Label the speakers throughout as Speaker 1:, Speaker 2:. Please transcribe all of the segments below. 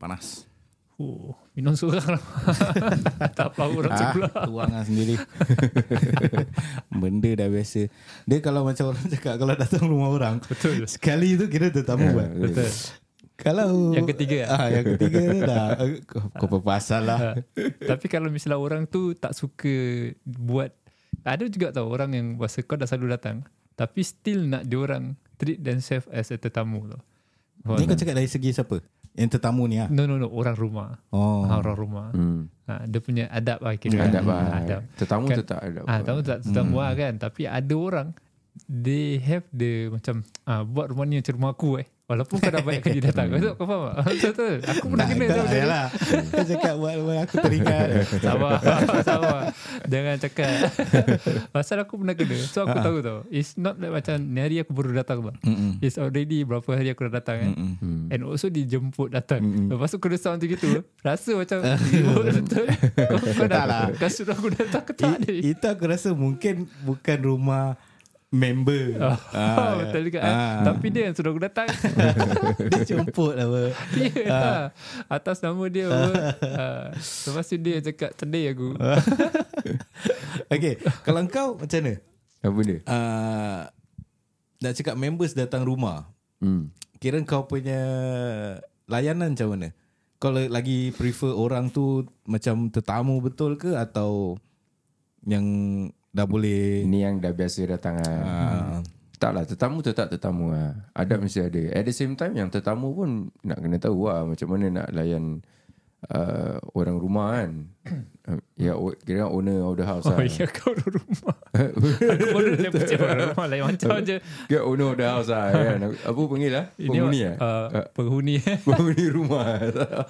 Speaker 1: panas.
Speaker 2: Oh, minum seorang lah. tak apa
Speaker 3: Ah.
Speaker 2: orang sebelah.
Speaker 1: tuang lah sendiri. Benda dah biasa. Dia kalau macam orang cakap kalau datang rumah orang,
Speaker 2: Betul. Ah,
Speaker 1: sekali tu kira tetamu kan.
Speaker 2: Betul.
Speaker 1: Kalau
Speaker 2: Yang ketiga, ah?
Speaker 1: ah, yang ketiga tu dah eh, kau, kau berpasal lah.
Speaker 2: Ha. Tapi kalau misalnya orang tu tak suka buat ada juga tau orang yang bahasa kau dah selalu datang tapi still nak diorang treat themselves as a tetamu tau.
Speaker 1: Ni kau cakap dari segi siapa? Yang tetamu ni ah.
Speaker 2: No no no orang rumah.
Speaker 1: Oh.
Speaker 2: Ha, orang rumah.
Speaker 3: Hmm.
Speaker 2: Ha, dia punya adab lah
Speaker 1: Ya.
Speaker 2: kira.
Speaker 3: Adab
Speaker 2: Ha,
Speaker 3: lah.
Speaker 2: Adab.
Speaker 3: Tetamu
Speaker 2: Kan-
Speaker 3: tetap adab.
Speaker 2: Ah, tamu tak
Speaker 1: Hmm.
Speaker 2: tetamu lah kan. Tapi ada orang they have the macam ah, buat rumah ni macam rumah aku eh. Walaupun kau dah banyak kali datang. Kau
Speaker 1: Hmm.
Speaker 2: tahu, kau faham tak? Betul betul. Aku pernah kena
Speaker 1: tak,
Speaker 2: tau benda
Speaker 1: tak,
Speaker 2: ni.
Speaker 1: lah. Kau cakap buat buat aku terikat.
Speaker 2: Sabar Sabar Jangan cakap Pasal aku pernah kena So
Speaker 1: Ah.
Speaker 2: aku tahu tau It's not like macam Ni hari aku baru datang tau
Speaker 1: Mm-mm.
Speaker 2: It's already Berapa hari aku dah datang kan
Speaker 1: Mm-mm.
Speaker 2: And also dijemput datang
Speaker 1: Hmm,
Speaker 2: Lepas tu kena sound macam gitu Rasa macam Reward betul Kau- Kau dah
Speaker 1: Tak lah.
Speaker 2: Kau suruh aku datang ke tak ni
Speaker 1: I, itu aku rasa mungkin bukan rumah member.
Speaker 2: Oh,
Speaker 1: Ah,
Speaker 2: betul juga eh.
Speaker 1: ah.
Speaker 2: Tapi dia yang suruh aku datang
Speaker 1: dia jemput apa.
Speaker 2: Dia lah Atas nama dia apa. Ah, Lepas tu dia cakap Sedih aku
Speaker 1: Okay, kalau kau macam mana?
Speaker 3: Apa dia?
Speaker 1: Uh, nak cakap members datang rumah.
Speaker 3: Hmm.
Speaker 1: Kira kau punya layanan macam mana? Kau le- lagi prefer orang tu macam tetamu betul ke atau yang dah boleh
Speaker 3: Ni yang dah biasa datang lah.
Speaker 1: Eh. Ah.
Speaker 3: Tak lah, tetamu tetap tetamu lah. Adab mesti ada. At the same time, yang tetamu pun nak kena tahu lah macam mana nak layan uh, orang rumah kan. Uh, ya, o- kira owner of the house
Speaker 2: Oh
Speaker 3: lah.
Speaker 2: ya kau orang rumah Aku baru dia percaya orang rumah Lain macam je
Speaker 3: Kira owner of the house lah kan. Apa panggil lah? Penghuni lah?
Speaker 2: uh, Penghuni eh
Speaker 3: Penghuni rumah. Both,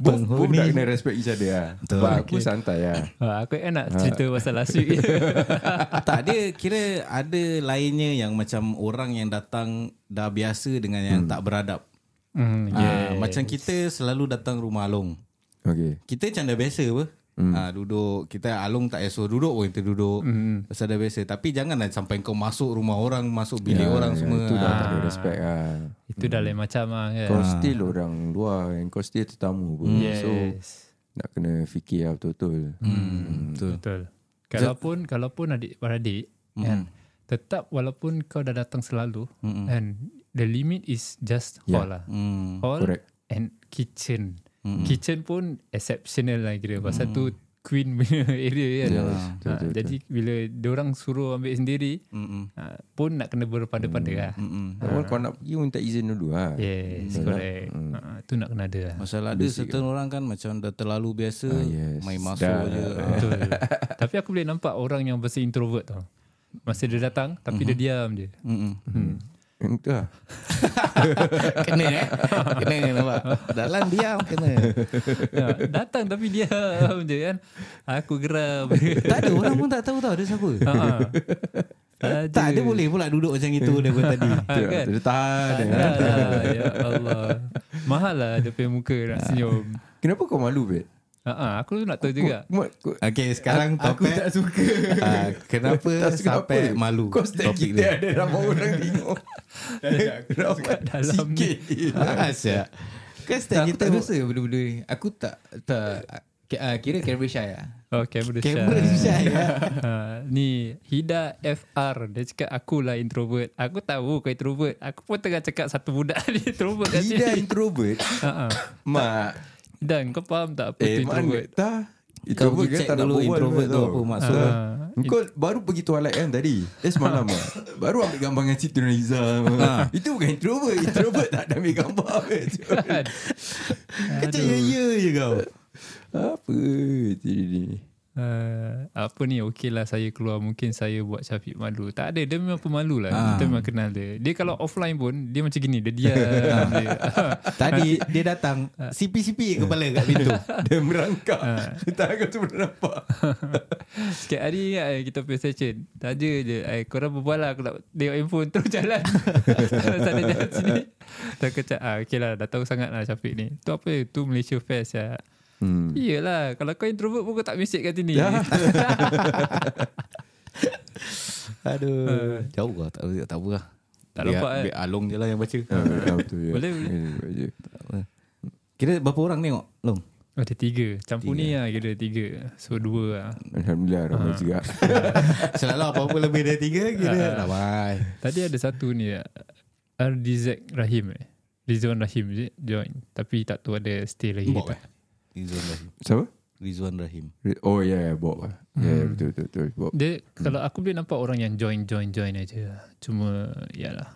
Speaker 3: both
Speaker 1: Penghuni.
Speaker 3: nak kena respect each other lah.
Speaker 1: Betul.
Speaker 3: Sebab aku santai lah.
Speaker 2: Ah, Aku kan nak cerita pasal last week
Speaker 1: tak dia kira ada lainnya yang macam orang yang datang dah biasa dengan yang tak beradab.
Speaker 2: Hmm,
Speaker 1: Ah, macam kita selalu datang rumah Along.
Speaker 3: Okay.
Speaker 1: Kita macam dah biasa apa. Hmm. Ha, duduk Kita Along tak payah suruh duduk pun Kita duduk hmm. Pasal dah biasa Tapi janganlah sampai kau masuk rumah orang Masuk bilik
Speaker 3: Ya,
Speaker 1: orang
Speaker 3: ya,
Speaker 1: semua
Speaker 3: Itu dah
Speaker 1: Ah,
Speaker 3: tak ada respect lah.
Speaker 2: Itu dah lain macam lah kan
Speaker 3: Kau still orang luar and kau still tetamu
Speaker 1: Hmm.
Speaker 3: pun.
Speaker 2: Yes
Speaker 3: So, nak kena fikir lah betul-betul.
Speaker 1: Hmm, Betul
Speaker 2: Betul Kalaupun Kalaupun adik-beradik kan, Tetap walaupun kau dah datang selalu And The limit is just hall lah
Speaker 1: hmm.
Speaker 2: Hall
Speaker 3: Correct.
Speaker 2: and kitchen Kitchen pun exceptional lah kira Pasal tu Queen punya area kan
Speaker 3: Yes,
Speaker 2: Ah,
Speaker 3: betul, betul,
Speaker 2: Jadi bila Diorang suruh ambil sendiri
Speaker 1: Mm-mm.
Speaker 2: ha, pun nak kena
Speaker 3: Mm.
Speaker 2: berpada-pada lah.
Speaker 1: Mm-mm.
Speaker 3: Awal kau nak pergi pun minta izin dulu lah. Mm.
Speaker 2: Yes, correct. Ha, tu nak kena ada lah.
Speaker 1: Masalah ada certain orang kan Macam dah terlalu biasa ah,
Speaker 3: yes.
Speaker 1: Main masuk
Speaker 3: Dah.
Speaker 1: je Ah.
Speaker 2: Betul. tapi aku boleh nampak orang yang bersih introvert tau. Masa dia datang, tapi dia diam je.
Speaker 1: Mm-mm.
Speaker 3: Itu lah.
Speaker 1: Kena eh Kena nampak Dalam diam kena
Speaker 2: Ha, datang tapi diam je kan. Aku geram.
Speaker 1: Tak ada orang pun tak tahu tau Dia siapa
Speaker 2: Ha, ha. Ada.
Speaker 1: Tak dia boleh pula duduk macam itu Daripada tadi
Speaker 2: Ha,
Speaker 3: Betul lah.
Speaker 2: kan?
Speaker 3: Dia tahan.
Speaker 2: Tak
Speaker 3: eh.
Speaker 2: ada lah. Ya Allah. Mahal lah dia punya muka nak senyum.
Speaker 3: Kenapa kau malu, Bet?
Speaker 2: Ha, ha, aku nak tahu
Speaker 1: Ya.
Speaker 2: juga.
Speaker 3: Mat, kau-
Speaker 1: Okay sekarang
Speaker 3: Aku
Speaker 1: topik
Speaker 3: tak suka.
Speaker 1: Ah, Kenapa
Speaker 3: Tak suka
Speaker 1: sampai
Speaker 3: apa.
Speaker 1: malu
Speaker 3: Kau step
Speaker 1: topik
Speaker 3: kita ada ramai orang tengok. Aku dapat
Speaker 2: dalam
Speaker 3: sikit.
Speaker 1: Ah, Asya Kau
Speaker 4: Tak,
Speaker 1: step
Speaker 4: aku
Speaker 1: kita
Speaker 4: tak rasa benda-benda ni. Aku tak tak ki- ah, kira camera shy lah.
Speaker 2: Oh, kamera shy.
Speaker 1: Kamera shy, ya.
Speaker 2: ha, ni Hida FR dia cakap aku lah introvert. Aku tahu kau introvert. Aku pun tengah cakap satu budak ni introvert kat
Speaker 3: Ida
Speaker 2: sini.
Speaker 3: introvert.
Speaker 2: Ha, ha.
Speaker 3: Mak.
Speaker 2: Dan kau faham tak apa
Speaker 3: Eh,
Speaker 2: tu
Speaker 3: mak
Speaker 2: introvert?
Speaker 3: tak.
Speaker 1: Kau pergi
Speaker 3: Introvert kan
Speaker 1: check
Speaker 3: tak nak
Speaker 1: dulu
Speaker 3: berbual
Speaker 1: introvert tu
Speaker 3: tau.
Speaker 1: apa maksud
Speaker 2: Ha.
Speaker 3: Kau baru pergi toilet kan tadi Eh semalam lah Baru ambil gambar dengan Siti Nurhaliza
Speaker 1: Ha.
Speaker 3: Itu bukan introvert Introvert tak ada ambil gambar
Speaker 2: Kan?
Speaker 1: Kecil ya ya je kau
Speaker 3: Apa Jadi ni
Speaker 2: Uh, apa ni okey lah saya keluar mungkin saya buat Syafiq malu tak ada dia memang pemalu lah kita memang kenal dia dia kalau offline pun dia macam gini dia diam dia.
Speaker 1: Tadi dia datang
Speaker 2: Ah.
Speaker 1: Sipi-sipi kepala kat pintu
Speaker 3: Dia merangkak
Speaker 1: Ha.
Speaker 3: Tak aku tu pernah nampak
Speaker 2: Sikit hari ingat eh, kita punya session. Taja je. Eh, korang berbual lah. Aku nak tengok handphone. Terus jalan. Sana jalan sini. Tak kecak. Ah, okay lah. Dah tahu sangat lah Syafiq ni. Tu apa? Tu Malaysia Fest ya. Hmm. Ya. Iyalah. Kalau kau introvert pun kau tak mesej kat sini.
Speaker 1: Aduh Jauh lah tak, tak apa lah
Speaker 2: Ah. Tak
Speaker 1: Biar-
Speaker 2: nampak, eh.
Speaker 3: Ah. ya.
Speaker 1: biar Along je lah yang baca
Speaker 3: Betul
Speaker 2: Boleh, boleh.
Speaker 3: boleh
Speaker 1: Kira berapa orang tengok Long?
Speaker 2: Ada tiga Campur ni lah kira tiga So dua lah
Speaker 3: Alhamdulillah ramai juga
Speaker 1: Selalu apa-apa lebih dari tiga Kira ramai
Speaker 2: Tadi ada satu ni ah, RDZ Rahim eh Rizwan Rahim je join Tapi tak tahu ada stay lagi
Speaker 1: Bok eh
Speaker 2: tak.
Speaker 1: Rizwan Rahim
Speaker 3: Siapa?
Speaker 1: Rizwan Rahim
Speaker 3: Re- Oh ya yeah, Bob lah Ya
Speaker 2: Hmm.
Speaker 3: yeah, betul betul, betul Bob
Speaker 2: Dia Kalau aku boleh nampak orang yang join Join join aja Cuma Yalah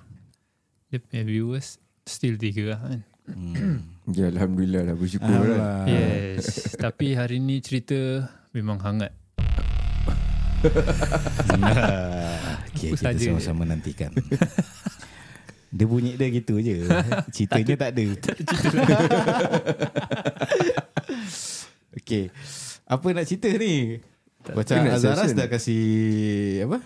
Speaker 2: Dia punya viewers Still tiga lah kan
Speaker 3: Ya Alhamdulillah lah bersyukur lah
Speaker 2: Yes Tapi hari ni cerita Memang hangat
Speaker 1: Okay,
Speaker 2: Aku
Speaker 1: kita
Speaker 2: saja
Speaker 1: sama-sama nantikan. dia bunyi dia gitu je. Ceritanya tak ada. okay. Apa nak cerita ni? Macam
Speaker 3: ada
Speaker 1: Azaras
Speaker 3: suggestion.
Speaker 1: dah kasi apa?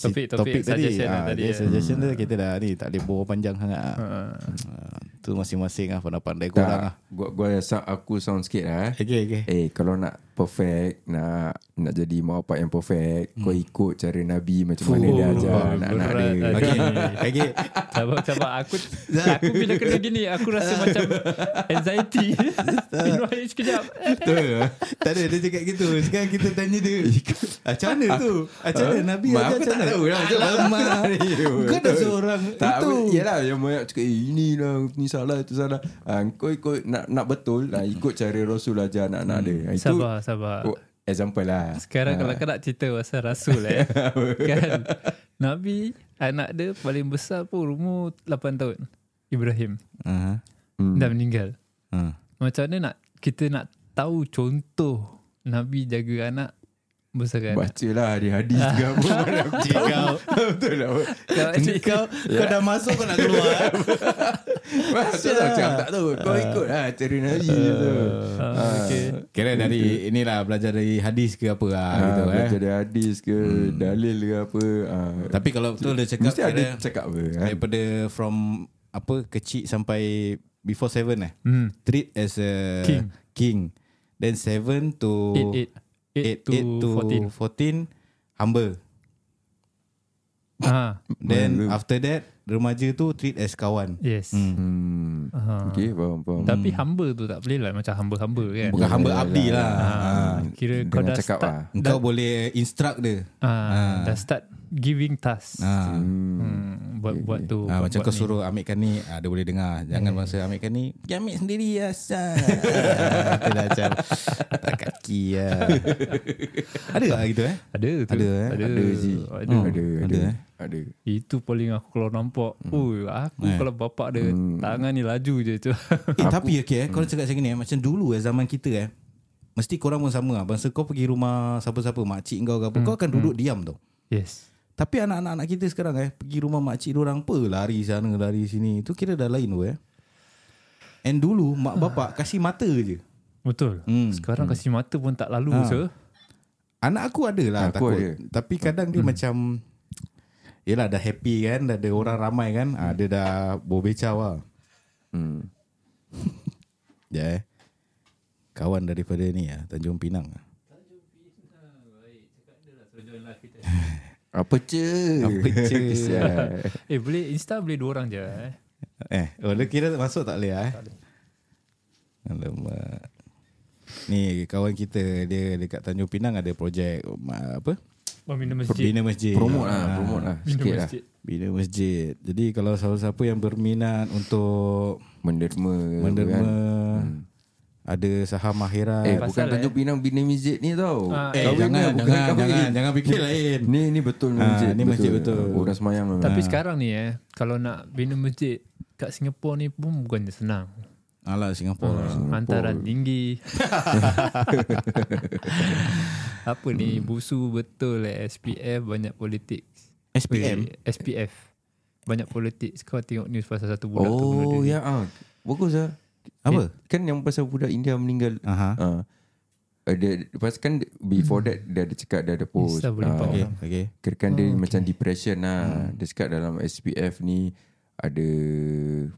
Speaker 2: Topik- topik suggestion lah
Speaker 1: Ah,
Speaker 2: tadi,
Speaker 1: dia
Speaker 2: eh.
Speaker 1: suggestion tu kita dah ni tak boleh bawa panjang sangat. ah.
Speaker 2: Ah.
Speaker 1: Ah, tu masing-masing lah pandai-pandai korang lah.
Speaker 3: Tak Gua, gua rasa aku sound sikit lah eh.
Speaker 1: Okay, okay.
Speaker 3: Eh kalau nak perfect Nak nak jadi mak bapak yang perfect Kau ikut cara Nabi Macam mana dia ajar Anak-anak
Speaker 2: Hmm. berat
Speaker 3: dia
Speaker 2: lah.
Speaker 1: Okay, okay.
Speaker 2: Sabar, sabar. Aku, aku bila kena gini, aku rasa macam anxiety. Minum air sekejap.
Speaker 1: Betul Tak ada dia cakap gitu Sekarang kita tanya dia "Ah, Macam mana tu Macam mana Nabi
Speaker 3: Mak,
Speaker 1: ajar
Speaker 3: aku
Speaker 1: macam
Speaker 3: tak
Speaker 1: mana
Speaker 3: tahu lah macam mana.
Speaker 1: Alamak Kau dah seorang
Speaker 3: tak,
Speaker 1: Itu
Speaker 3: Itu Yelah yang banyak cakap eh, Ini lah Ni salah Itu salah ha, Kau ikut Nak, nak betul lah, Ikut cara Rasul ajar anak-anak dia ha, Itu
Speaker 2: Hmm. Eh, Sabar, sabar.
Speaker 3: oh, Example lah
Speaker 2: Sekarang kalau kau nak cerita pasal Rasul eh. kan? Nabi, anak dia paling besar pun umur 8 tahun. Ibrahim.
Speaker 1: Aha.
Speaker 2: Hmm. Dah meninggal.
Speaker 1: Ha.
Speaker 2: Macam mana nak kita nak tahu contoh Nabi jaga anak kan? besarkan anak.
Speaker 3: Baca lah hadis-hadis ke apa mana aku
Speaker 1: Cik kau
Speaker 3: tahu. Betul lah
Speaker 2: Kalau-
Speaker 1: Kau Kau dah masuk Kau nak keluar eh?
Speaker 3: Macam tak cakap tak tahu Kau ikut lah cara Nabi tu
Speaker 2: Ah, okay.
Speaker 1: Kira dari Inilah belajar dari hadis ke apa lah
Speaker 3: Ha,
Speaker 1: gitu, eh.
Speaker 3: Macam ada hadis ke Dalil ke apa ha.
Speaker 1: Tapi kalau betul dia cakap eh?
Speaker 3: Mesti ada
Speaker 1: kira
Speaker 3: cakap apa ha?
Speaker 1: Daripada from Apa Kecil sampai Before seven eh
Speaker 2: Hmm.
Speaker 1: Treat as a
Speaker 2: King.
Speaker 1: King Then seven to
Speaker 2: 8, 8. 8
Speaker 1: 8 to 14, 14 Humble
Speaker 2: 14. Ah,
Speaker 1: Then
Speaker 3: Baru.
Speaker 1: after that Remaja tu treat as kawan
Speaker 2: yes.
Speaker 3: hmm.
Speaker 2: Ah.
Speaker 3: Okay faham faham
Speaker 2: Tapi humble tu tak boleh lah Macam humble-humble kan
Speaker 1: Bukan hamba abdi lah
Speaker 2: ah, Kira kau
Speaker 3: Dengan
Speaker 2: dah
Speaker 3: cakap
Speaker 2: start
Speaker 3: lah
Speaker 1: Engkau boleh instruct dia
Speaker 2: ah, Dah start giving task
Speaker 1: ha.
Speaker 2: hmm, Buat buat tu
Speaker 1: Ha,
Speaker 2: buat,
Speaker 1: macam
Speaker 2: buat
Speaker 1: kau
Speaker 2: ni. Hmm.
Speaker 1: suruh ambilkan ni ha, Dia boleh dengar Jangan masa ambilkan ni Pergi ambil sendiri asal Itu dah macam Tak kaki lah Ada tak gitu eh
Speaker 2: Ada tu
Speaker 1: Ada, eh?
Speaker 2: Ada,
Speaker 3: Ada Ji
Speaker 2: ada.
Speaker 3: Ada
Speaker 1: Ada,
Speaker 3: Ada
Speaker 1: eh?
Speaker 3: Ada
Speaker 2: Itu paling aku kalau nampak Ui aku kalau bapak dia Tangan ni laju je tu
Speaker 1: Eh, tapi okay eh, kau cakap macam ni eh, macam dulu eh zaman kita eh. Mesti korang pun sama lah. Bangsa kau pergi rumah siapa-siapa, makcik kau ke apa,
Speaker 2: Hmm.
Speaker 1: kau akan duduk diam tau.
Speaker 2: Yes
Speaker 1: Tapi anak-anak anak kita sekarang eh, pergi rumah makcik orang apa, lari sana, lari sini. Itu kira dah lain tu eh. And dulu,
Speaker 3: Ah.
Speaker 1: mak bapak kasih mata je.
Speaker 2: Betul Sekarang kasih mata pun tak lalu ha. so.
Speaker 1: Anak aku ada lah
Speaker 3: Aku
Speaker 1: takut.
Speaker 3: ada. Hmm.
Speaker 1: Tapi kadang dia macam, yelah dah happy kan, dah ada orang ramai kan, ah, dia dah bobecau lah.
Speaker 3: hmm.
Speaker 1: Ya eh. Kawan daripada ni lah, Tanjung Pinang lah.
Speaker 3: Apa ce
Speaker 1: Apa je.
Speaker 3: Kesian.
Speaker 2: Eh boleh Insta boleh dua orang je eh.
Speaker 1: Eh, oh, lu kira masuk tak boleh ah? Eh? Alamak. Ni kawan kita dia dekat Tanjung Pinang ada projek ma- apa?
Speaker 2: Membina masjid
Speaker 1: Bina masjid.
Speaker 3: Promote lah Promote lah
Speaker 2: Bina
Speaker 3: Sikit lah
Speaker 2: masjid
Speaker 1: Bina masjid. Jadi kalau siapa-siapa yang berminat untuk
Speaker 3: Menderma ke apa
Speaker 1: menderma
Speaker 3: kan.
Speaker 1: ada saham
Speaker 3: Eh
Speaker 1: akhirat.
Speaker 3: bukan
Speaker 2: Pasal,
Speaker 3: Tanjung Pinang Bina Masjid ni tau
Speaker 2: Ah,
Speaker 1: Eh,
Speaker 3: Kahwin
Speaker 1: jangan,
Speaker 3: ni, bukan
Speaker 1: jangan,
Speaker 3: kahwin.
Speaker 1: jangan, jangan fikir lain.
Speaker 3: Ni ni betul ni
Speaker 1: Ah,
Speaker 3: masjid
Speaker 1: ni masjid betul.
Speaker 3: Orang semayang memang.
Speaker 2: Tapi sekarang ni eh Kalau nak bina masjid Kat Singapura ni pun Bukannya senang
Speaker 1: Alah Singapura.
Speaker 2: uh, Hantaran tinggi Apa ni Busu betul eh SPF banyak Eh, politik
Speaker 1: SPM.
Speaker 2: Weh, SPF Banyak politik Kau tengok news pasal satu budak tu bunuh
Speaker 3: Oh
Speaker 2: diri.
Speaker 3: ya ah. Bagus lah
Speaker 1: Apa?
Speaker 3: Kan yang pasal budak India meninggal
Speaker 1: Aha.
Speaker 3: Ah. Uh, dia, lepas kan before
Speaker 1: Hmm.
Speaker 3: that dia ada cakap dia ada post.
Speaker 2: Insta boleh
Speaker 3: Ah,
Speaker 2: nampak
Speaker 1: Oh, Okay, Hmm. okay.
Speaker 3: Kira kan dia macam depression lah. Dia cakap dalam SPF ni ada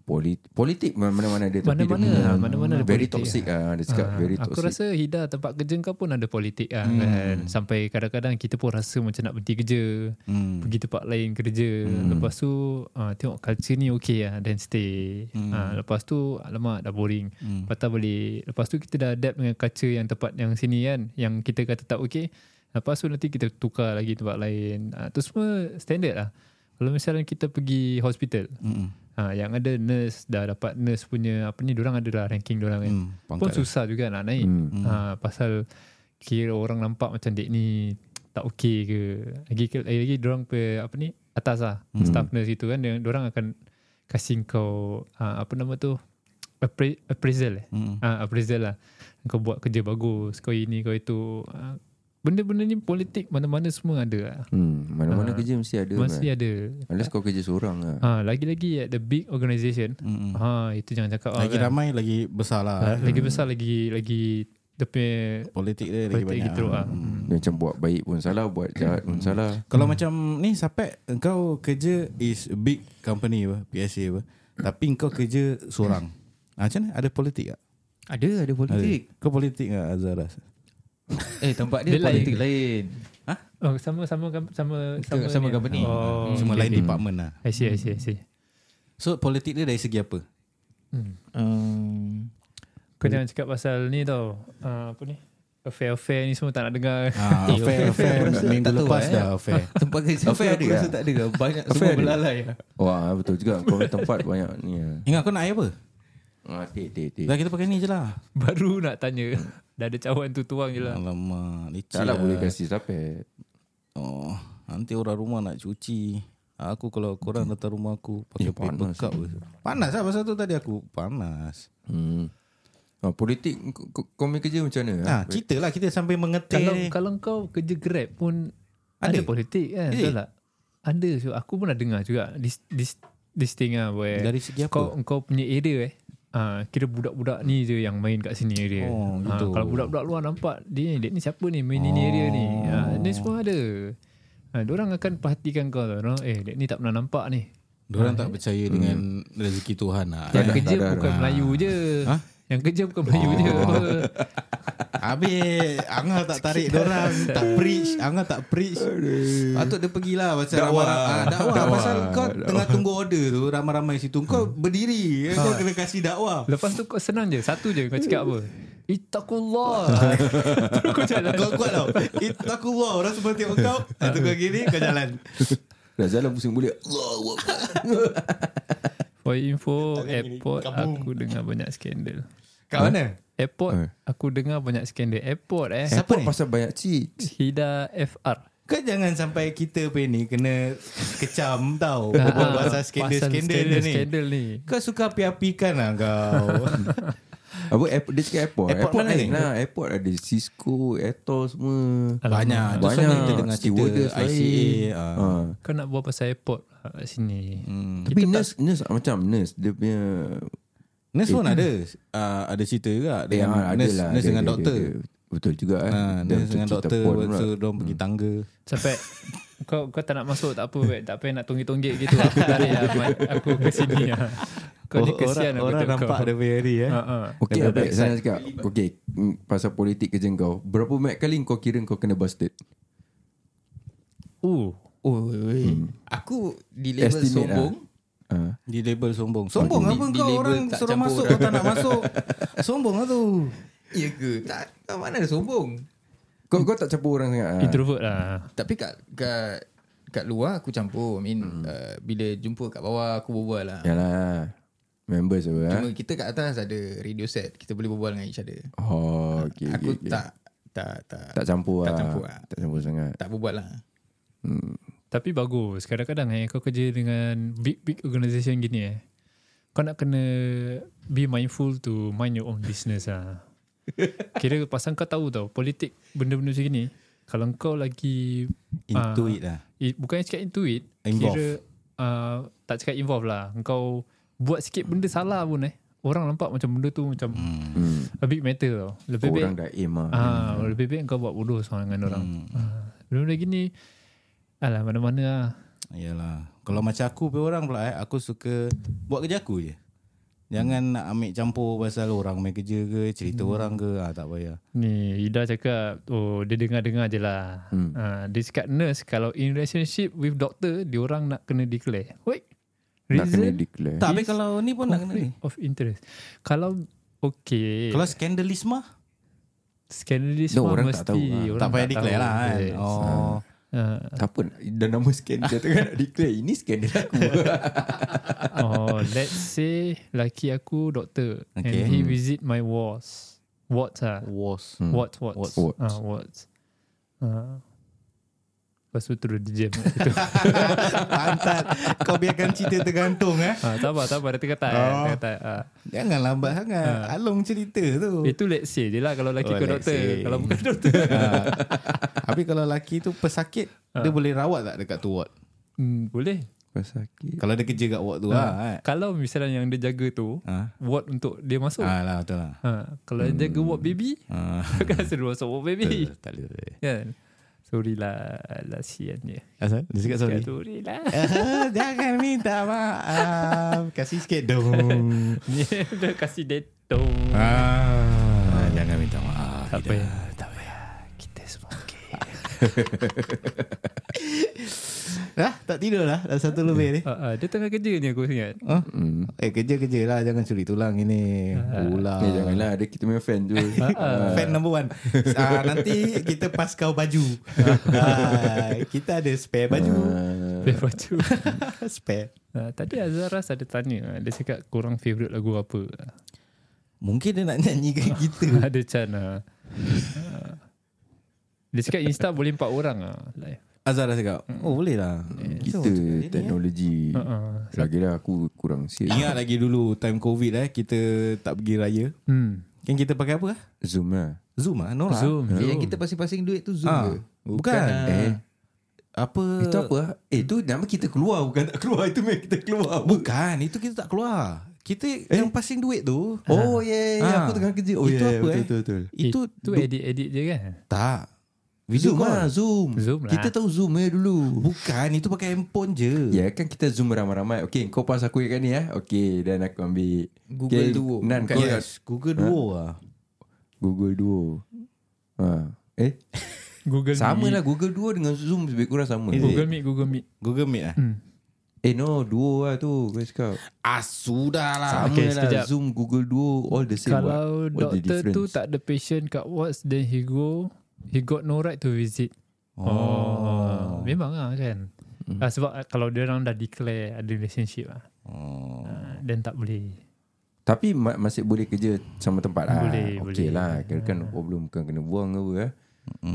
Speaker 3: polit politik mana-mana ada tapi
Speaker 2: Mana-mana
Speaker 3: dia punya
Speaker 2: lah, mana-mana ada
Speaker 3: very
Speaker 2: politik
Speaker 3: toxic ah dia cakap
Speaker 2: Ah,
Speaker 3: very
Speaker 2: aku
Speaker 3: toxic
Speaker 2: rasa Hida tempat kerja kau pun ada politik lah hmm. kan. Sampai kadang-kadang kita pun rasa macam nak berhenti kerja. Hmm. Pergi tempat lain kerja. Hmm. Lepas tu ah, tengok culture ni okay lah then stay. Hmm. Ah, lepas tu alamak dah boring. Hmm. Patah balik. Lepas tu kita dah adapt dengan culture yang tempat yang sini kan. Yang kita kata tak okay. Lepas tu nanti kita tukar lagi tempat lain. Ah, tu semua standard lah. Kalau misalnya kita pergi hospital. Hmm. Ha, yang ada nurse dah dapat nurse punya apa ni diorang ada lah ranking diorang kan.
Speaker 1: Hmm,
Speaker 2: Hmm,
Speaker 1: pangkat
Speaker 2: pun susah juga nak naik. Hmm. Ha, pasal kira orang nampak macam dek ni tak okey ke. Lagi lagi, lagi diorang pe apa ni atas lah hmm. staff nurse itu kan dia- diorang akan kasih kau ha, apa nama tu appra- appraisal eh. Hmm. Ha, appraisal lah. Kau buat kerja bagus, kau ini kau itu. Ha, benda-benda ni politik mana-mana semua ada lah.
Speaker 3: hmm, mana-mana kerja mesti ada
Speaker 2: Mesti
Speaker 3: man.
Speaker 2: ada.
Speaker 3: unless kau kerja seorang lah
Speaker 2: Ha, lagi-lagi at the big organisation. Mm-hmm. Ha, itu jangan cakap ah,
Speaker 1: Lagi
Speaker 2: kan.
Speaker 1: ramai eh? lagi besar lah
Speaker 2: Ha, lagi besar lagi lagi dia punya
Speaker 1: Politik dia lagi
Speaker 2: politik
Speaker 1: banyak
Speaker 2: gitu ah. Hmm.
Speaker 3: dia macam buat baik pun salah buat jahat pun salah
Speaker 1: Kalau macam ni sampai engkau kerja is a big company apa, PSA apa. Tapi engkau kerja seorang. Ah, macam mana? Ada politik tak?
Speaker 4: Ada ada
Speaker 1: Ada.
Speaker 4: politik.
Speaker 1: Kau politik tak Azara?
Speaker 4: Eh tempat dia,
Speaker 2: Dia lain.
Speaker 4: politik lain.
Speaker 2: Oh, sama sama kam- sama
Speaker 4: Betul, sama
Speaker 2: ni.
Speaker 4: company.
Speaker 2: Oh,
Speaker 1: Hmm. Semua lain department lah.
Speaker 2: I see, I see, I see.
Speaker 1: So politik dia dari segi apa?
Speaker 2: Hmm.
Speaker 4: Um,
Speaker 2: Kau jangan cakap pasal ni tau. Ah, apa ni? Affair-affair ni semua tak nak dengar.
Speaker 1: Ah, affair, affair, minggu lepas dah affair.
Speaker 4: tempat kerja
Speaker 3: Affair
Speaker 4: aku
Speaker 3: ada
Speaker 4: rasa
Speaker 3: tak?
Speaker 4: tak ada. ke? Banyak
Speaker 3: Affair
Speaker 4: semua
Speaker 3: ada?
Speaker 4: belalai.
Speaker 3: wah betul juga kau punya tempat banyak ni ah.
Speaker 1: Ingat kau nak air apa?
Speaker 3: ah teh teh teh
Speaker 1: Dah kita pakai ni je lah.
Speaker 2: Baru nak tanya. Dah ada cawan tu tuang je lah.
Speaker 1: Alamak, licik
Speaker 3: tak lah
Speaker 1: lah.
Speaker 3: boleh kasih sampai
Speaker 1: Oh, nanti orang rumah nak cuci. Aku kalau korang datang rumah aku pakai
Speaker 3: Eh, panas.
Speaker 1: paper cup. je. Ya, Panas lah pasal tu tadi aku. Panas.
Speaker 3: hmm. ah, politik kau- kau kau punya kerja macam mana ah?
Speaker 1: Ha, cerita lah kita sampai mengetik.
Speaker 2: Kalau kalau kau kerja Grab pun ada,
Speaker 1: Ada? Eh.
Speaker 2: politik kan,
Speaker 1: Is it?
Speaker 2: betul tak? Ada. So, aku pun dah dengar juga this this this thing ah where
Speaker 1: Dari segi apa?
Speaker 2: Kau kau punya area eh. Ah, kira budak-budak ni je yang main kat sini area.
Speaker 1: Oh,
Speaker 2: Ah,
Speaker 1: gitu.
Speaker 2: kalau budak-budak luar nampak dia ni, dia ni siapa ni main oh. ni area ni. Ah, ni semua ada. Ah, diorang akan perhatikan kau tau. Diorang, eh, dia ni tak pernah nampak ni.
Speaker 1: Diorang tak percaya dengan rezeki Tuhan lah.
Speaker 2: Ah, eh? Yang
Speaker 1: Eh.
Speaker 2: kerja
Speaker 3: tak ada, Oh.
Speaker 2: bukan Melayu je.
Speaker 1: Ha?
Speaker 2: Yang kerja bukan Melayu je.
Speaker 1: Habis Angah tak tarik diorang Tak preach Angah tak preach Patut dia pergilah Pasal
Speaker 3: Dakwah.
Speaker 1: ramai- ah, dakwah,
Speaker 3: Dakwah.
Speaker 1: Pasal kau tengah tunggu order tu Ramai-ramai situ Kau berdiri Kau kena kasih dakwah
Speaker 2: Lepas tu kau senang je. Satu je kau cakap apa. Ittaqullah. Terus kau jalan.
Speaker 1: Kau kuat tau Itakullah Orang semua tengok kau Itu kau gini Kau jalan
Speaker 3: dah jalan pusing boleh Allah
Speaker 2: For your info, airport aku dengar banyak skandal.
Speaker 1: Kat mana?
Speaker 2: Airport,
Speaker 3: Eh.
Speaker 2: aku dengar banyak skandal. Airport eh.
Speaker 1: Siapa ni?
Speaker 3: pasal banyak cheat
Speaker 2: Hida FR.
Speaker 1: Kau jangan sampai kita pun ni Kena Kecam tau
Speaker 2: Ah,
Speaker 1: Berbual pasal skandal-skandal dia ni
Speaker 2: skandal ni.
Speaker 1: Kau suka api-apikan lah kau
Speaker 3: Apa airport, dia cakap airport.
Speaker 1: Airport
Speaker 3: Airport,
Speaker 1: mana
Speaker 3: lain
Speaker 1: ni? Ah,
Speaker 3: lah. Airport ada Cisco, Atoll semua.
Speaker 1: Banyak
Speaker 3: Alamak.
Speaker 1: Tu
Speaker 3: Banyak.
Speaker 1: selalu Kita dengar cerita
Speaker 3: Stewardess lain.
Speaker 1: ICA ah.
Speaker 3: Ha.
Speaker 2: Kau nak buat pasal airport ah, kat sini. Hmm.
Speaker 3: Tapi nurse, nurse macam nurse dia punya
Speaker 1: Nurse pun ada ah, Ada cerita juga
Speaker 3: eh,
Speaker 1: dengan
Speaker 3: ah, ada
Speaker 1: Nurse,
Speaker 3: lah.
Speaker 1: nurse
Speaker 3: Dia-
Speaker 1: dengan
Speaker 3: dia-
Speaker 1: doktor
Speaker 3: dia- dia- Betul juga eh.
Speaker 1: Ah, Nurse
Speaker 3: Dia macam
Speaker 1: dengan
Speaker 3: cerita
Speaker 1: doktor
Speaker 3: porn lah. pula.
Speaker 1: So diorang pergi tangga
Speaker 2: Sampai kau kau tak nak masuk tak apa weh. tak payah nak tonggik-tonggik gitu aku tarik lah Mat. aku ke sini lah. Ah. kau
Speaker 1: Oh,
Speaker 2: ni kesian lah
Speaker 1: Orang, orang nampak dia punya hari eh.
Speaker 3: Okay, apa saya nak cakap. Okay, mm, pasal politik kerja kau. Berapa banyak kali kau kira kau kena busted?
Speaker 2: Uh,
Speaker 4: Oh, hmm. aku di label
Speaker 3: Estimate lah.
Speaker 4: sombong.
Speaker 3: Ah.
Speaker 1: Di label sombong Sombong apa
Speaker 4: di
Speaker 1: kau
Speaker 4: label
Speaker 1: orang
Speaker 4: tak
Speaker 1: Suruh
Speaker 4: campur
Speaker 1: masuk
Speaker 4: orang.
Speaker 1: Kau tak nak masuk Sombong lah tu
Speaker 4: Ya ke? Tak, kau mana ada sombong?
Speaker 3: Kau, kau tak campur orang sangat. ah?
Speaker 2: introvert lah.
Speaker 4: Tapi kat kat kat luar aku campur. I mean hmm. uh, bila jumpa kat bawah aku berbual
Speaker 3: Ya.
Speaker 4: lah.
Speaker 3: Yalah. Members apa. ah?
Speaker 4: Cuma kita kat atas ada radio set. Kita boleh berbual dengan each other.
Speaker 3: Oh, okay,
Speaker 4: aku
Speaker 3: okay, okay.
Speaker 4: tak tak tak
Speaker 3: tak campur
Speaker 4: tak
Speaker 3: lah.
Speaker 4: campur lah.
Speaker 3: Tak campur sangat.
Speaker 4: tak berbual lah.
Speaker 2: Tapi bagus. Kadang-kadang eh, kau kerja dengan big big organisation gini eh. Kau nak kena be mindful to mind your own business lah. Kira pasal kau tahu tau, politik benda-benda macam ni. Kalau kau lagi...
Speaker 1: Into
Speaker 2: ah,
Speaker 1: it lah
Speaker 2: i- Bukan cakap intuit.
Speaker 1: Involve.
Speaker 2: Kira uh, tak cakap involve lah. Kau buat sikit benda salah pun eh. Orang nampak macam benda tu macam
Speaker 3: Hmm.
Speaker 2: a big matter tau. Lebih baik
Speaker 3: Orang dah aim lah.
Speaker 2: Ah, lebih baik kau buat bodoh seorang dengan orang. Hmm. Ah, benda gini alah mana-mana lah.
Speaker 1: Yalah. Kalau macam aku pun orang pula eh, aku suka buat kerja aku je. Jangan nak ambil campur pasal orang main kerja ke, cerita hmm. orang ke, ah tak payah.
Speaker 2: Ni Ida cakap Oh dia dengar-dengar je lah hmm. uh, Dia cakap nurse Kalau in relationship with doctor Diorang nak kena declare Wait
Speaker 3: Nak kena
Speaker 2: Reason
Speaker 3: declare
Speaker 1: Tak, habis kalau ni pun nak kena ni.
Speaker 2: of interest Kalau Okay
Speaker 1: Kalau skandalisme,
Speaker 2: Scandalisme
Speaker 3: No, orang
Speaker 2: mesti
Speaker 3: tak tahu lah.
Speaker 2: orang
Speaker 1: tak payah declare lah kan.
Speaker 2: Yes.
Speaker 1: Oh.
Speaker 2: Ah,
Speaker 3: Tak apa Dah nama scan Dia tengah nak declare Ini scan dia aku
Speaker 2: oh, let's say laki aku doktor okay.
Speaker 1: Okay. Hmm.
Speaker 2: and he visit my wards. Wards ah.
Speaker 1: Was.
Speaker 3: Hmm.
Speaker 2: Wards, wards.
Speaker 1: Wards.
Speaker 3: Wards.
Speaker 2: Ah, wards. Ah. Lepas tu terus dia jam kat situ.
Speaker 1: Pantat. Kau biarkan cerita tergantung eh.
Speaker 2: ah, tak apa, tak apa. Dia tengah tak.
Speaker 1: Oh.
Speaker 2: Oh. tak ah.
Speaker 1: Jangan lambat sangat. Alung cerita tu.
Speaker 2: Itu let's say je lah kalau
Speaker 1: Oh,
Speaker 2: laki oh, kau
Speaker 1: let's
Speaker 2: doktor.
Speaker 1: say.
Speaker 2: Kalau bukan doktor.
Speaker 1: Ah. Habis kalau lelaki tu pesakit, dia boleh rawat tak dekat tu ward?
Speaker 2: hmm, boleh.
Speaker 3: Kau sakit
Speaker 1: Kalau dia kerja kat ward tu lah kan.
Speaker 2: Kalau misalnya yang dia jaga tu,
Speaker 1: Ah.
Speaker 2: ward untuk dia masuk.
Speaker 1: Ah lah betul lah.
Speaker 2: Ha, kalau hmm. jaga ward baby,
Speaker 1: Ah.
Speaker 2: kan suruh masuk ward baby.
Speaker 1: Tak boleh.
Speaker 2: Kan? Sorry lah, lah sian dia.
Speaker 1: Asal? Dia cakap sorry.
Speaker 2: Sorry lah.
Speaker 1: Ah, Jangan minta maaf. Kasih sikit dong.
Speaker 2: Ni Dia kasih detong.
Speaker 1: Ah, jangan minta maaf.
Speaker 2: Tak
Speaker 1: Ida.
Speaker 2: payah. Tak payah. Kita semua okay.
Speaker 1: Dah, tak tidur lah. Dah satu lebih ni.
Speaker 2: uh, uh, dia tengah kerja ni aku ingat.
Speaker 1: Huh? Eh, kerja-kerja lah. Jangan curi tulang ini. Ulang.
Speaker 3: Ya janganlah Ada kita punya fan tu
Speaker 1: Fan number one Ah, Nanti kita pas kau baju Ah, Kita ada spare baju
Speaker 3: Ah,
Speaker 2: Dia baju.
Speaker 1: Spare
Speaker 2: uh, tadi Azaras ada tanya. ah, Dia cakap korang favourite lagu apa?
Speaker 1: Mungkin dia nak nyanyikan kita
Speaker 2: ada Chan lah. Ah. Dia cakap Insta boleh empat orang lah. Live.
Speaker 1: Azhar dah cakap Oh boleh lah
Speaker 3: Kita teknologi
Speaker 2: Uh-uh.
Speaker 3: Lagilah aku kurang sikit
Speaker 1: Ingat lagi dulu Time covid eh Kita tak pergi raya
Speaker 2: Hmm.
Speaker 1: Kan kita pakai apa lah
Speaker 3: Zoom lah
Speaker 1: Zoom lah Nora
Speaker 2: Zoom.
Speaker 4: Eh, yang kita pasing-pasing duit tu Zoom
Speaker 1: Ah,
Speaker 4: ke?
Speaker 1: bukan.
Speaker 4: ah.
Speaker 3: Eh
Speaker 1: Apa
Speaker 3: Itu apa ah? Eh tu nama kita keluar Bukan tak keluar Itu memang kita keluar
Speaker 1: Bukan Itu kita tak keluar Kita yang passing duit tu
Speaker 3: Oh yeah, yeah.
Speaker 1: Ah.
Speaker 3: Aku tengah kerja Oh
Speaker 1: Itu
Speaker 3: yeah,
Speaker 1: apa,
Speaker 3: betul,
Speaker 1: eh?
Speaker 3: betul, betul.
Speaker 1: Itu
Speaker 2: Itu edit-edit je kan?
Speaker 1: Tak Video
Speaker 3: Video Zoom lah
Speaker 1: call
Speaker 3: Zoom.
Speaker 2: Zoom lah.
Speaker 3: Kita tahu Zoom eh dulu
Speaker 1: Bukan Itu pakai handphone je
Speaker 3: Ya yeah, kan kita Zoom ramai-ramai Okay kau pas aku ikan ni eh Okay dan aku ambil
Speaker 4: Google
Speaker 3: okay,
Speaker 4: Duo.
Speaker 3: Nan
Speaker 4: Bukan
Speaker 3: kau
Speaker 1: Yes Google Duo lah
Speaker 3: Google Duo ha. Eh
Speaker 2: Google
Speaker 3: Sama
Speaker 2: Meet.
Speaker 3: lah Google Duo dengan Zoom Lebih kurang sama
Speaker 2: Kan Google Meet, Google Meet.
Speaker 1: Google Meet lah
Speaker 2: Hmm.
Speaker 3: Eh no Duo lah tu Kau cakap
Speaker 1: Ah sudah lah
Speaker 3: Sama
Speaker 2: Okay,
Speaker 3: okay, lah
Speaker 2: sekejap.
Speaker 3: Zoom Google Duo All the same
Speaker 2: Kalau
Speaker 3: what? What's the
Speaker 2: doktor tu
Speaker 3: difference?
Speaker 2: tak ada patient kat wards then he go he got no right to visit. Oh, memang lah kan. Hmm. Ah, sebab ah, kalau dia orang dah declare ada relationship ah,
Speaker 1: oh.
Speaker 2: ah, then tak boleh.
Speaker 3: Tapi ma- masih boleh kerja sama tempat lah.
Speaker 2: Boleh,
Speaker 3: okay
Speaker 2: boleh.
Speaker 3: lah. Kira kan problem bukan kena buang ke apa eh.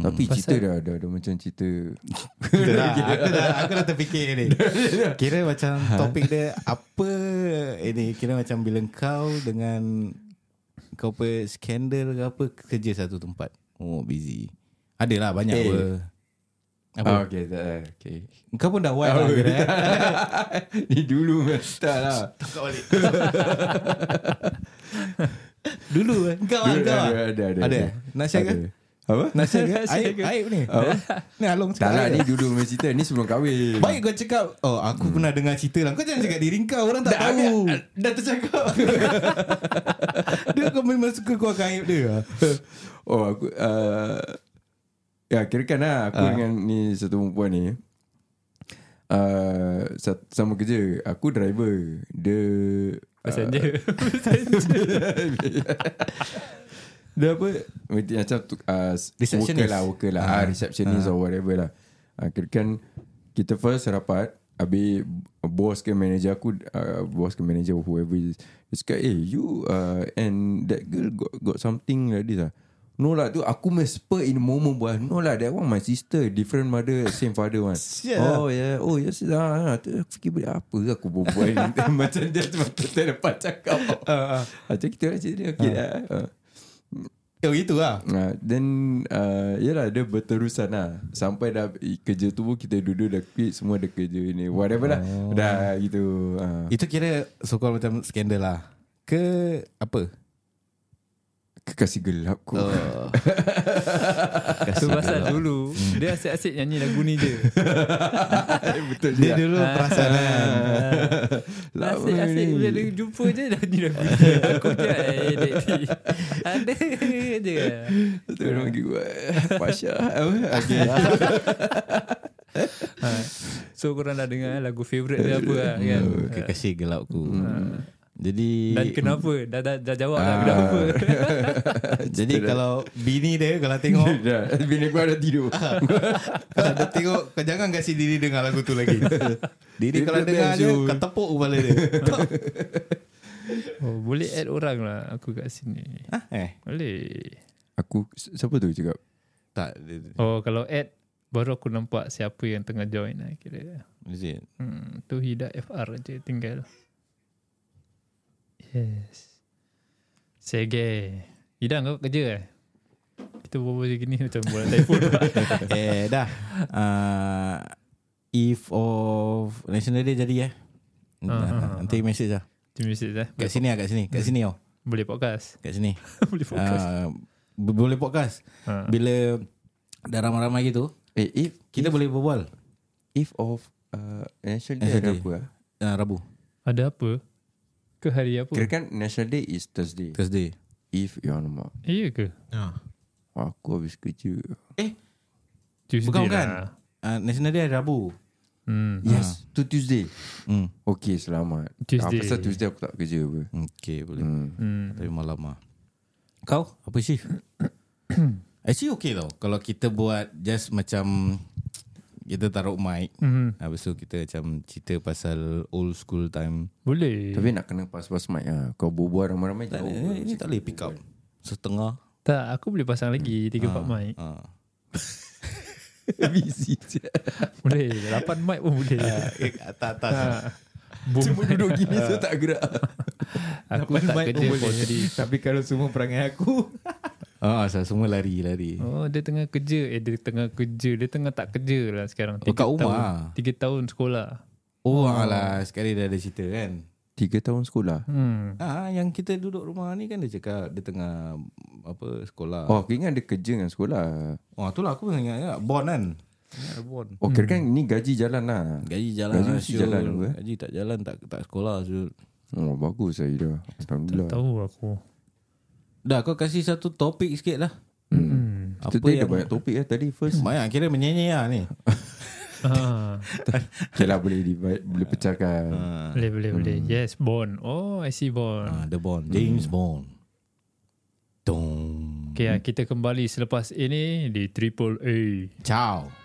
Speaker 3: Tapi cerita dah, dah, dah macam cerita
Speaker 1: Dah, dah, aku, dah, aku dah terfikir ni Kira macam topik dia Apa Ini kira macam bila kau dengan Kau apa Skandal ke apa Kerja satu tempat Oh busy Adalah banyak
Speaker 3: Eh.
Speaker 1: apa Apa
Speaker 3: Ah, okay, tak, eh, okay.
Speaker 1: Kau pun dah wild lah
Speaker 3: Oh,
Speaker 1: kira, eh?
Speaker 3: Ni dulu mas, tak lah.
Speaker 1: Kau balik Dulu eh Kau lah
Speaker 3: Dulu
Speaker 1: kau
Speaker 3: ada,
Speaker 1: lah
Speaker 3: ada, ada,
Speaker 1: Ada
Speaker 3: ada.
Speaker 1: Nak share ke?
Speaker 3: Ada. Apa?
Speaker 1: Nak share ke?
Speaker 2: Share
Speaker 1: Aib,
Speaker 2: ke?
Speaker 1: aib ni
Speaker 3: Apa?
Speaker 1: Ni Along
Speaker 3: Tak
Speaker 1: cakap
Speaker 3: lah,
Speaker 1: aib.
Speaker 3: ni dulu punya cerita. Ni sebelum kahwin.
Speaker 1: Baik kau cakap Oh aku hmm. pernah dengar cerita lah Kau jangan cakap diri kau Orang tak
Speaker 3: Dah,
Speaker 1: tahu
Speaker 3: dah, dah tercakap.
Speaker 1: Dia kau memang suka kau akan aib dia
Speaker 3: oh, aku... Uh, ya, kira kan
Speaker 1: Ah.
Speaker 3: lah. Aku dengan ni satu perempuan ni. Uh, sat- sama kerja. Aku driver. Dia uh,
Speaker 2: Passenger.
Speaker 3: Dia apa Macam tu uh,
Speaker 1: Receptionist.
Speaker 3: Worker lah Worker lah ha. Receptionist or whatever lah uh, Kira kan Kita first rapat Habis Bos ke manager aku uh, Bos ke manager Whoever it is Dia cakap Eh you uh, And that girl got, got something like this lah No lah tu Aku must spur in the moment buat No lah that one my sister Different mother Same father one
Speaker 1: Sial.
Speaker 3: Oh yeah Oh yes ah, ah. Tu aku fikir boleh apa ke Aku berbual ni? Macam dia cuma Kita dapat cakap Macam kita lah cerita Okay lah Ah.
Speaker 1: Oh gitu lah
Speaker 3: Uh, then uh, Yelah dia berterusan lah Sampai dah eh, Kerja tu pun kita duduk Dah quit semua ada kerja ni Whatever lah oh. Dah gitu uh.
Speaker 1: Itu kira So called macam skandal lah Ke Apa
Speaker 3: Kekasih gelapku oh.
Speaker 2: Tu pasal dulu
Speaker 3: Hmm.
Speaker 2: Dia asyik-asyik nyanyi lagu ni je
Speaker 3: Betul
Speaker 1: Dia dulu
Speaker 2: Ah.
Speaker 1: perasaan
Speaker 3: Lama
Speaker 2: Asyik-asyik
Speaker 3: ni.
Speaker 2: Bila dia jumpa je Nyanyi lagu ni Aku je eh, dek ni. Ada je
Speaker 3: Betul orang pergi buat "Eh, Pasha Okay
Speaker 2: ha. So korang dah dengar eh, Lagu favourite dia apa lah, kan
Speaker 1: Hmm. Kekasih gelapku Hmm. Jadi
Speaker 2: Dan kenapa Dah, dah, dah jawab lah
Speaker 3: Ah.
Speaker 2: Kenapa
Speaker 1: Jadi kalau Bini dia Kalau tengok
Speaker 3: Dah, Bini gua dah tidur
Speaker 1: Kalau dia tengok Kau jangan kasi diri dengar lagu tu lagi Diri
Speaker 3: Dia
Speaker 1: kalau
Speaker 3: best
Speaker 1: dengar je
Speaker 3: tu.
Speaker 1: Kau tepuk kepala dia
Speaker 2: oh, Boleh add orang lah Aku kat sini
Speaker 1: Hah? Eh
Speaker 2: Boleh
Speaker 3: Aku Siapa tu cakap
Speaker 1: Tak dia-
Speaker 2: Oh kalau add Baru aku nampak Siapa yang tengah join lah Kira
Speaker 1: Is it
Speaker 2: hmm, Tu Hida FR je tinggal Yes Sege Hida kau kerja eh Kita berbual macam gini Macam buat telefon
Speaker 1: Eh dah uh, Eve of National Day jadi eh
Speaker 2: Ah.
Speaker 1: Nanti message lah
Speaker 2: Terima kasih eh
Speaker 1: Kat sini lah kat sini Kat sini oh
Speaker 2: Boleh podcast
Speaker 1: Kat sini
Speaker 2: Boleh podcast
Speaker 1: Ah, b- Boleh podcast
Speaker 2: Ah.
Speaker 1: Bila Dah ramai-ramai gitu
Speaker 3: Eh if
Speaker 1: Kita boleh berbual
Speaker 3: If of uh, National Day ada
Speaker 1: National Day.
Speaker 3: apa lah
Speaker 1: uh, Rabu
Speaker 2: Ada apa Ke hari apa
Speaker 3: Kira kan National Day is Thursday
Speaker 1: Thursday
Speaker 3: If you on mak
Speaker 2: Iya ke
Speaker 1: ah.
Speaker 3: Aku habis kerja
Speaker 2: Tuesday
Speaker 1: Bukan bukan
Speaker 2: lah.
Speaker 1: uh, National Day hari Rabu
Speaker 2: hmm.
Speaker 3: Yes Tu Tuesday
Speaker 1: hmm.
Speaker 3: Ha. Okay selamat
Speaker 2: Tuesday.
Speaker 3: ah, Pasal Tuesday aku tak kerja apa
Speaker 1: Okay boleh
Speaker 3: hmm.
Speaker 2: hmm.
Speaker 1: Tapi malam lah Kau apa sih? Actually okay tau Kalau kita buat Just macam Kita taruh mic
Speaker 2: Hmm.
Speaker 1: Habis tu kita macam Cerita pasal Old school time
Speaker 2: Boleh
Speaker 3: Tapi nak kena pas-pas mic lah Kau berbual ramai-ramai
Speaker 1: Hmm. tak,
Speaker 3: jauh
Speaker 1: oh, Ini tak boleh pick up Setengah
Speaker 2: Tak aku boleh pasang lagi 3-4 mic
Speaker 1: ha.
Speaker 3: Busy je
Speaker 2: Boleh 8 mic pun boleh
Speaker 1: eh, Atas atas
Speaker 3: Cuma duduk gini so tak gerak
Speaker 2: Aku tak kerja for three
Speaker 4: Tapi kalau semua perangai aku
Speaker 1: ah, asal Semua lari-lari
Speaker 2: Oh dia tengah kerja Eh dia tengah kerja Dia tengah tak kerja lah sekarang
Speaker 1: Oh, kat rumah
Speaker 2: tahun,
Speaker 1: ah.
Speaker 2: Tiga tahun sekolah
Speaker 1: Oh, alah Sekali dah ada cerita kan
Speaker 3: Tiga tahun sekolah
Speaker 2: Hmm
Speaker 1: Ah, yang kita duduk rumah ni kan dia cakap dia tengah apa sekolah.
Speaker 3: Oh aku ingat dia kerja dengan sekolah
Speaker 1: Oh, itulah aku ingat ingat bond kan. Ingat ada bond.
Speaker 3: Oh kira kan ni gaji jalan lah
Speaker 1: Gaji jalan
Speaker 3: Gaji
Speaker 1: Gaji
Speaker 3: mesti jalan apa, eh?
Speaker 1: Gaji tak jalan tak tak sekolah Syul.
Speaker 3: Oh bagus saya dah Alhamdulillah
Speaker 2: Tahu aku
Speaker 1: Dah kau kasih satu topik sikit lah
Speaker 2: Hmm
Speaker 3: Kita tadi ada banyak topik lah tadi first
Speaker 1: Banyak kira menyanyi lah ni
Speaker 2: ah,
Speaker 3: Okay lah boleh, divide, boleh pecahkan
Speaker 2: Boleh boleh boleh Yes Bond Oh I see Bond
Speaker 1: Hmm. ah, The Bond James
Speaker 3: Hmm.
Speaker 1: Bond Dong
Speaker 2: Okay ah, kita kembali selepas ini Di Triple A
Speaker 1: Ciao